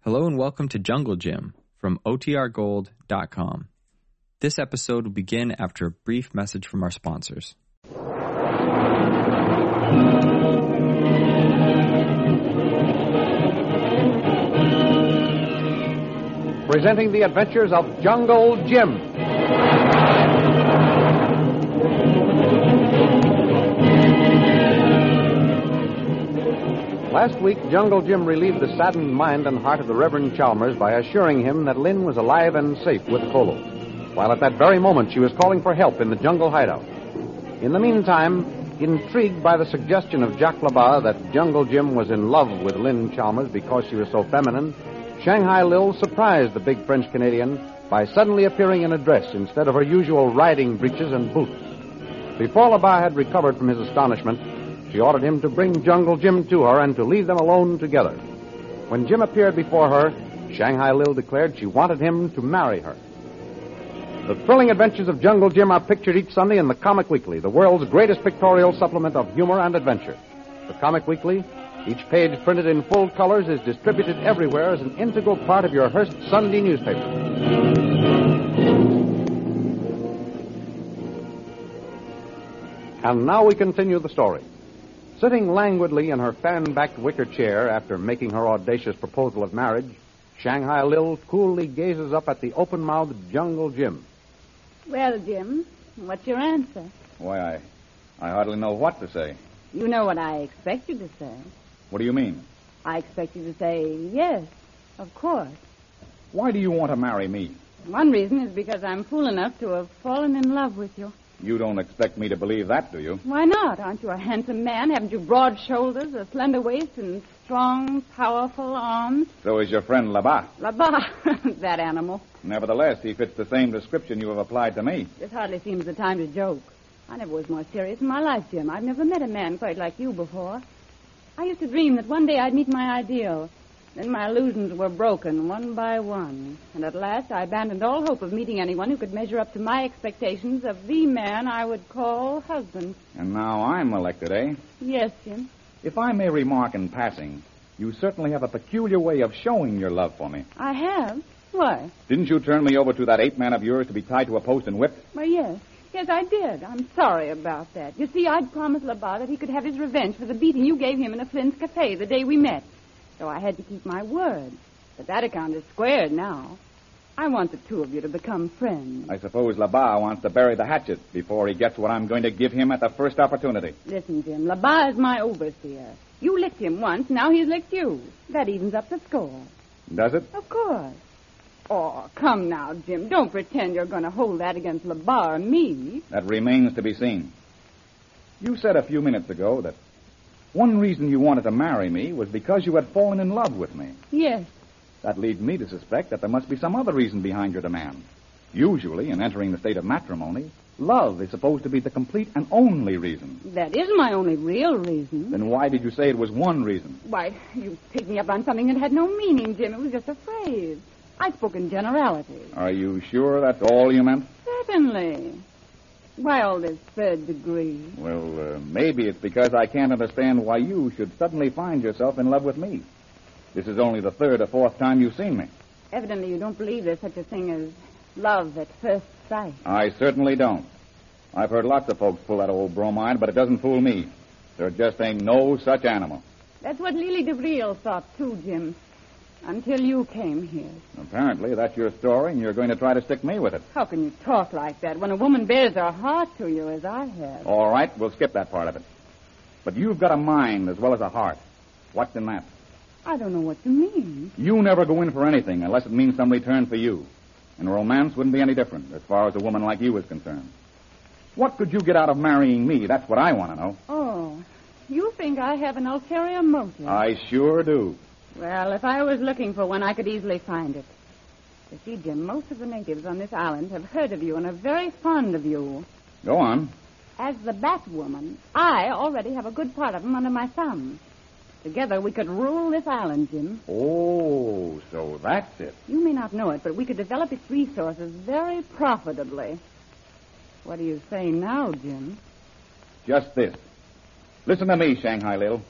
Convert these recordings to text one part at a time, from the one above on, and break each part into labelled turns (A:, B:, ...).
A: Hello and welcome to Jungle Gym from OTRGold.com. This episode will begin after a brief message from our sponsors.
B: Presenting the adventures of Jungle Jim. Last week, Jungle Jim relieved the saddened mind and heart of the Reverend Chalmers by assuring him that Lynn was alive and safe with Colo, while at that very moment she was calling for help in the jungle hideout. In the meantime, intrigued by the suggestion of Jack LaBar that Jungle Jim was in love with Lynn Chalmers because she was so feminine, Shanghai Lil surprised the big French Canadian by suddenly appearing in a dress instead of her usual riding breeches and boots. Before Labar had recovered from his astonishment, she ordered him to bring Jungle Jim to her and to leave them alone together. When Jim appeared before her, Shanghai Lil declared she wanted him to marry her. The thrilling adventures of Jungle Jim are pictured each Sunday in the Comic Weekly, the world's greatest pictorial supplement of humor and adventure. The Comic Weekly, each page printed in full colors, is distributed everywhere as an integral part of your Hearst Sunday newspaper. And now we continue the story. Sitting languidly in her fan backed wicker chair after making her audacious proposal of marriage, Shanghai Lil coolly gazes up at the open mouthed jungle Jim.
C: Well, Jim, what's your answer?
D: Why, I, I hardly know what to say.
C: You know what I expect you to say.
D: What do you mean?
C: I expect you to say, yes, of course.
D: Why do you want to marry me?
C: One reason is because I'm fool enough to have fallen in love with you.
D: You don't expect me to believe that, do you?
C: Why not? Aren't you a handsome man? Haven't you broad shoulders, a slender waist, and strong, powerful arms?
D: So is your friend Labat.
C: La bah, that animal.
D: Nevertheless, he fits the same description you have applied to me.
C: This hardly seems the time to joke. I never was more serious in my life, Jim. I've never met a man quite like you before. I used to dream that one day I'd meet my ideal. Then my illusions were broken one by one. And at last I abandoned all hope of meeting anyone who could measure up to my expectations of the man I would call husband.
D: And now I'm elected, eh?
C: Yes, Jim.
D: If I may remark in passing, you certainly have a peculiar way of showing your love for me.
C: I have. Why?
D: Didn't you turn me over to that ape man of yours to be tied to a post and whipped?
C: Well, yes. Yes, I did. I'm sorry about that. You see, I'd promised Labar that he could have his revenge for the beating you gave him in a Flint's cafe the day we met. So I had to keep my word. But that account is squared now. I want the two of you to become friends.
D: I suppose Labat wants to bury the hatchet before he gets what I'm going to give him at the first opportunity.
C: Listen, Jim, Labar is my overseer. You licked him once, now he's licked you. That evens up the score.
D: Does it?
C: Of course. Oh, come now, Jim. Don't pretend you're going to hold that against Labar or me.
D: That remains to be seen. You said a few minutes ago that one reason you wanted to marry me was because you had fallen in love with me.
C: Yes,
D: That leads me to suspect that there must be some other reason behind your demand. Usually, in entering the state of matrimony, love is supposed to be the complete and only reason.
C: that is my only real reason.
D: Then why did you say it was one reason?
C: Why, you picked me up on something that had no meaning, Jim. It was just a phrase. I spoke in generalities.
D: Are you sure that's all you meant?
C: Certainly. Why all this third degree?
D: Well, uh, maybe it's because I can't understand why you should suddenly find yourself in love with me. This is only the third or fourth time you've seen me.
C: Evidently, you don't believe there's such a thing as love at first sight.
D: I certainly don't. I've heard lots of folks pull that old bromide, but it doesn't fool me. There just ain't no such animal.
C: That's what Lily DeVril thought, too, Jim. Until you came here.
D: Apparently, that's your story, and you're going to try to stick me with it.
C: How can you talk like that when a woman bears her heart to you as I have?
D: All right, we'll skip that part of it. But you've got a mind as well as a heart. What's in that?
C: I don't know what you mean.
D: You never go in for anything unless it means some return for you. And romance wouldn't be any different as far as a woman like you is concerned. What could you get out of marrying me? That's what I want to know.
C: Oh, you think I have an ulterior motive?
D: I sure do.
C: Well, if I was looking for one, I could easily find it. You see, Jim, most of the natives on this island have heard of you and are very fond of you.
D: Go on.
C: As the Bat Woman, I already have a good part of them under my thumb. Together, we could rule this island, Jim.
D: Oh, so that's it.
C: You may not know it, but we could develop its resources very profitably. What do you say now, Jim?
D: Just this. Listen to me, Shanghai Lil.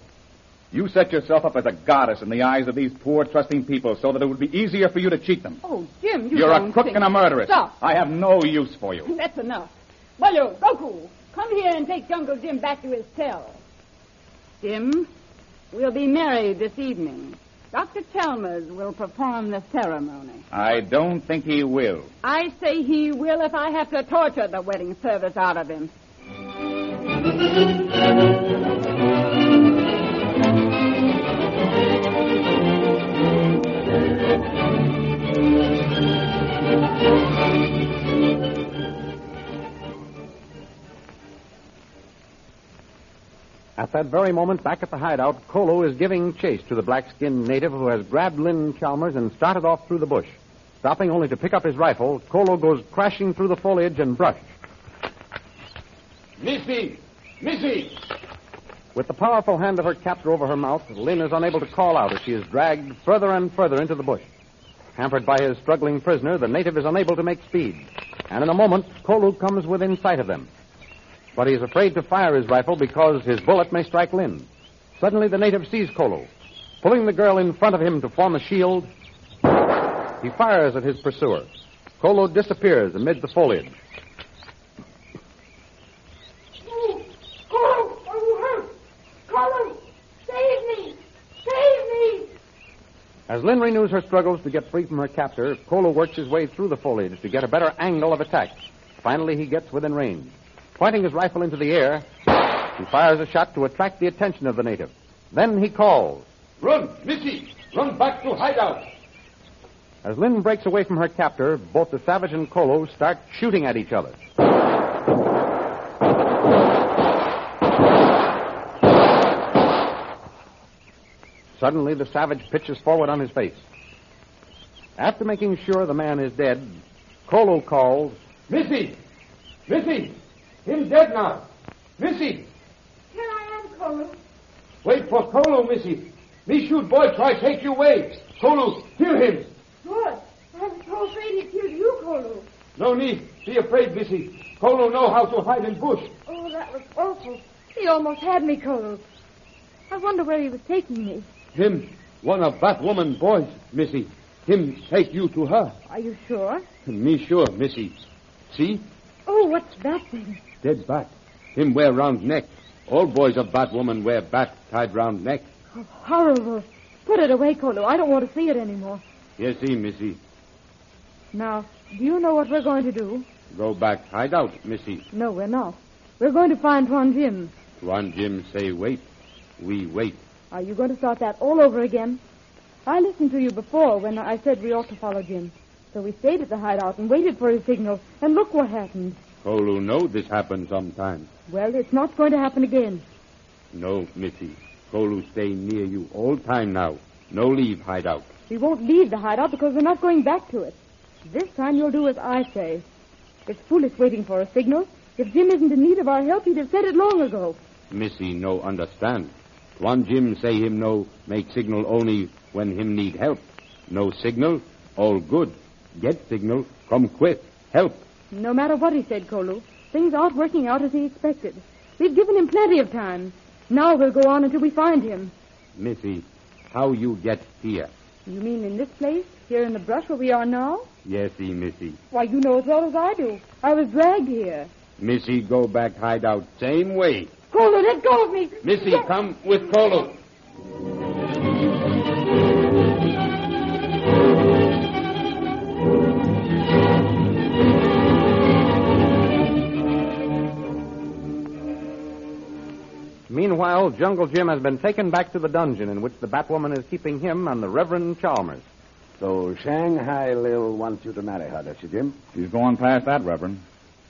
E: You set yourself up as a goddess in the eyes of these poor, trusting people so that it would be easier for you to cheat them.
C: Oh, Jim, you
E: You're
C: don't
E: a crook
C: think-
E: and a murderess.
C: Stop.
E: I have no use for you.
C: That's enough. Well, you, Goku, come here and take Jungle Jim back to his cell. Jim, we'll be married this evening. Dr. Chalmers will perform the ceremony.
E: I don't think he will.
C: I say he will if I have to torture the wedding service out of him.
F: At that very moment, back at the hideout, Kolo is giving chase to the black skinned native who has grabbed Lynn Chalmers and started off through the bush. Stopping only to pick up his rifle, Kolo goes crashing through the foliage and brush.
D: Missy! Missy!
F: With the powerful hand of her captor over her mouth, Lynn is unable to call out as she is dragged further and further into the bush. Hampered by his struggling prisoner, the native is unable to make speed. And in a moment, Kolo comes within sight of them. But he is afraid to fire his rifle because his bullet may strike Lynn. Suddenly, the native sees Kolo. Pulling the girl in front of him to form a shield, he fires at his pursuer. Kolo disappears amid the foliage.
G: Oh, oh, I'm hurt. Colin, save me. Save me.
F: As Lynn renews her struggles to get free from her captor, Kolo works his way through the foliage to get a better angle of attack. Finally, he gets within range. Pointing his rifle into the air, he fires a shot to attract the attention of the native. Then he calls.
D: Run, Missy! Run back to hideout!
F: As Lynn breaks away from her captor, both the savage and Kolo start shooting at each other. Suddenly, the savage pitches forward on his face. After making sure the man is dead, Kolo calls,
D: Missy! Missy! Him dead now! Missy!
G: Here I am, Colin.
D: Wait for Kolo, Missy! Me shoot boy try take you away! Kolo, kill him!
G: Good. I was so afraid he killed you, Colin.
D: No need. Be afraid, Missy. Kolo know how to hide in bush.
G: Oh, that was awful. He almost had me, Colin. I wonder where he was taking me.
D: Him, one of that woman boys, Missy. Him take you to her.
G: Are you sure?
D: Me sure, Missy. See?
G: Oh, what's that thing?
D: Dead bat. Him wear round neck. All boys of bat woman wear bat tied round neck.
G: Oh, horrible. Put it away, Colo. I don't want to see it anymore.
D: Yes, see, Missy.
G: Now, do you know what we're going to do?
D: Go back hideout, Missy.
G: No, we're not. We're going to find Tuan Jim.
D: One Jim say wait. We wait.
G: Are you going to start that all over again? I listened to you before when I said we ought to follow Jim. So we stayed at the hideout and waited for his signal, and look what happened.
D: Kolu know this happen sometime.
G: Well, it's not going to happen again.
D: No, Missy. Kolu stay near you all time now. No leave hideout.
G: We won't leave the hideout because we're not going back to it. This time you'll do as I say. It's foolish waiting for a signal. If Jim isn't in need of our help, he'd have said it long ago.
D: Missy no understand. One Jim say him no make signal only when him need help. No signal, all good. Get signal, come quick, help.
G: No matter what he said, Kolu, things aren't working out as he expected. We've given him plenty of time. Now we'll go on until we find him.
D: Missy, how you get here?
G: You mean in this place, here in the brush where we are now?
D: Yes, see, Missy.
G: Why, you know as well as I do. I was dragged here.
D: Missy go back hideout same way.
G: Kolu, let go of me.
D: Missy, come with Kolo.
F: Meanwhile, Jungle Jim has been taken back to the dungeon in which the Batwoman is keeping him and the Reverend Chalmers.
H: So Shanghai Lil wants you to marry her, does she, Jim?
E: She's gone past that, Reverend.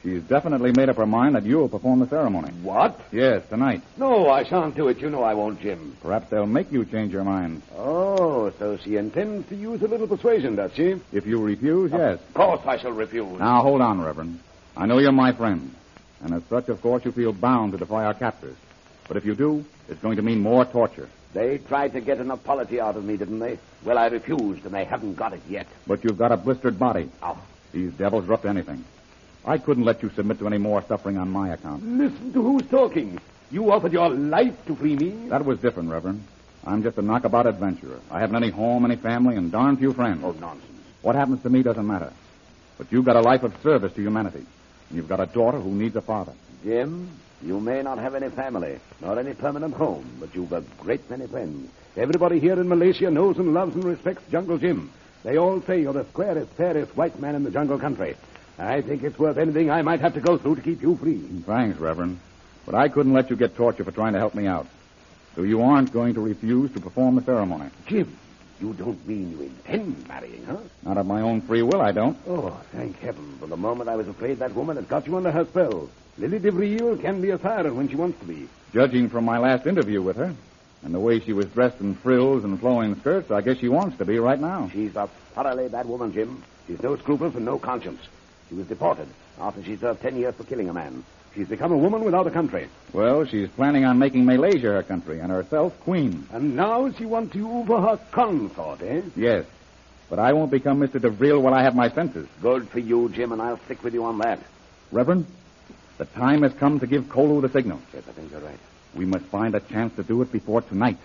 E: She's definitely made up her mind that you'll perform the ceremony.
H: What?
E: Yes, tonight.
H: No, I shan't do it. You know I won't, Jim.
E: Perhaps they'll make you change your mind.
H: Oh, so she intends to use a little persuasion, does she?
E: If you refuse,
D: Uh,
E: yes.
H: Of course I shall refuse.
E: Now, hold on, Reverend. I know you're my friend. And as such, of course, you feel bound to defy our captors. But if you do, it's going to mean more torture.
H: They tried to get an apology out of me, didn't they? Well, I refused, and they haven't got it yet.
E: But you've got a blistered body.
H: Now,
E: These devils are up to anything. I couldn't let you submit to any more suffering on my account.
H: listen to who's talking. You offered your life to free me.
E: That was different, Reverend.
D: I'm just a knockabout adventurer. I haven't any home, any family, and darn few friends.
H: Oh, nonsense.
D: What happens to me doesn't matter. But you've got a life of service to humanity. And you've got a daughter who needs a father.
H: Jim, you may not have any family, nor any permanent home, but you've a great many friends. Everybody here in Malaysia knows and loves and respects Jungle Jim. They all say you're the squarest, fairest white man in the jungle country. I think it's worth anything I might have to go through to keep you free.
D: Thanks, Reverend. But I couldn't let you get torture for trying to help me out. So you aren't going to refuse to perform the ceremony.
H: Jim, you don't mean you intend marrying her?
D: Not of my own free will, I don't.
H: Oh, thank heaven. For the moment I was afraid that woman had got you under her spell. Lily DeVril can be a siren when she wants to be.
D: Judging from my last interview with her and the way she was dressed in frills and flowing skirts, I guess she wants to be right now.
H: She's a thoroughly bad woman, Jim. She's no scruples and no conscience. She was deported after she served ten years for killing a man. She's become a woman without a country.
D: Well, she's planning on making Malaysia her country and herself queen.
H: And now she wants you for her consort, eh?
D: Yes. But I won't become Mr. DeVril while I have my senses.
H: Good for you, Jim, and I'll stick with you on that.
D: Reverend, the time has come to give Kolu the signal.
H: Yes, I think you're right.
D: We must find a chance to do it before tonight.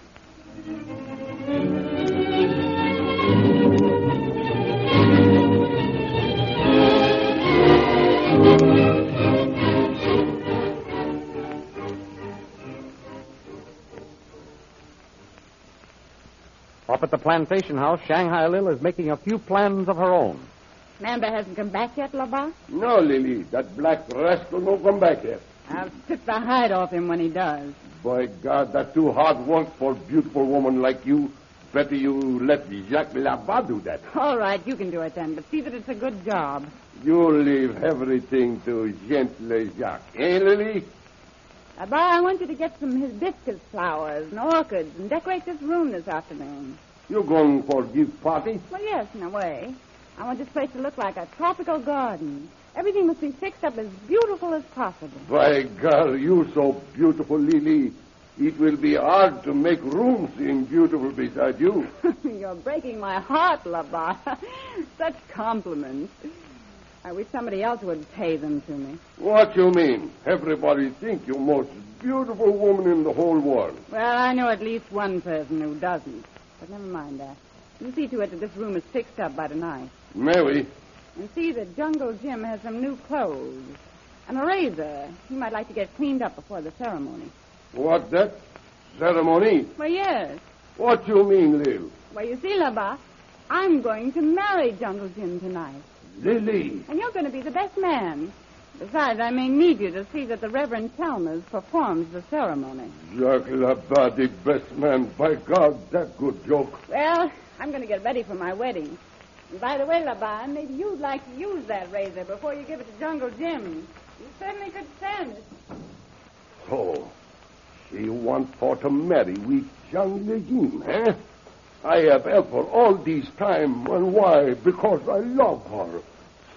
B: Up at the plantation house, Shanghai Lil is making a few plans of her own.
C: Lambert hasn't come back yet, Labat?
I: No, Lily, that black rascal no come back here.
C: I'll strip the hide off him when he does.
I: By God, that too hard work for beautiful woman like you. Better you let Jacques Labat do that.
C: All right, you can do it then, but see that it's a good job.
I: You leave everything to gentle Jacques. Eh, Lily?
C: Labat, I want you to get some hibiscus flowers and orchids and decorate this room this afternoon.
I: You going for give party?
C: Well, yes, in a way. I want this place to look like a tropical garden. Everything must be fixed up as beautiful as possible.
I: By God, you so beautiful, Lily. It will be hard to make rooms in beautiful beside you.
C: You're breaking my heart, Labat. Such compliments. I wish somebody else would pay them to me.
I: What you mean? Everybody think you most beautiful woman in the whole world.
C: Well, I know at least one person who doesn't. But never mind that. You see to it that this room is fixed up by tonight.
I: Mary,
C: And see that Jungle Jim has some new clothes. And a razor. He might like to get cleaned up before the ceremony.
I: what that? Ceremony?
C: Well, yes.
I: What you mean, Lil?
C: Well, you see, Labat, I'm going to marry Jungle Jim tonight.
I: Lily.
C: And you're going to be the best man. Besides, I may need you to see that the Reverend Chalmers performs the ceremony.
I: Jacques Labat, the best man. By God, that good joke.
C: Well, I'm going to get ready for my wedding. And by the way, Laban, maybe you'd like to use that razor before you give it to Jungle Jim. You certainly could stand it.
I: Oh, she want for to marry with Zhang Yim, eh? I have ever all this time, and why? Because I love her.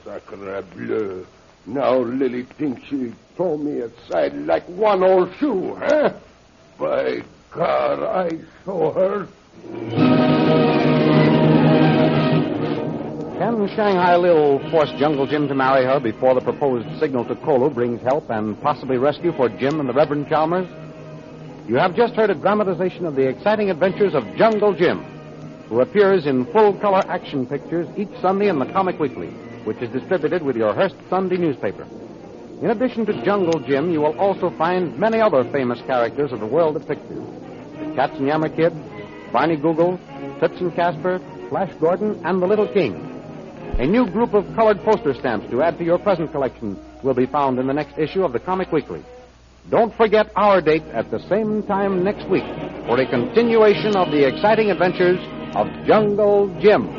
I: Sacre bleu. Now Lily thinks she throw me aside like one old shoe, eh? By God, I saw her.
B: Can Shanghai Lil force Jungle Jim to marry her before the proposed signal to Kolo brings help and possibly rescue for Jim and the Reverend Chalmers? You have just heard a dramatization of the exciting adventures of Jungle Jim, who appears in full color action pictures each Sunday in the Comic Weekly, which is distributed with your Hearst Sunday newspaper. In addition to Jungle Jim, you will also find many other famous characters of the world of pictures. The Cats and Yammer Kid, Barney Google, Toots and Casper, Flash Gordon, and the Little King. A new group of colored poster stamps to add to your present collection will be found in the next issue of the Comic Weekly. Don't forget our date at the same time next week for a continuation of the exciting adventures of Jungle Jim.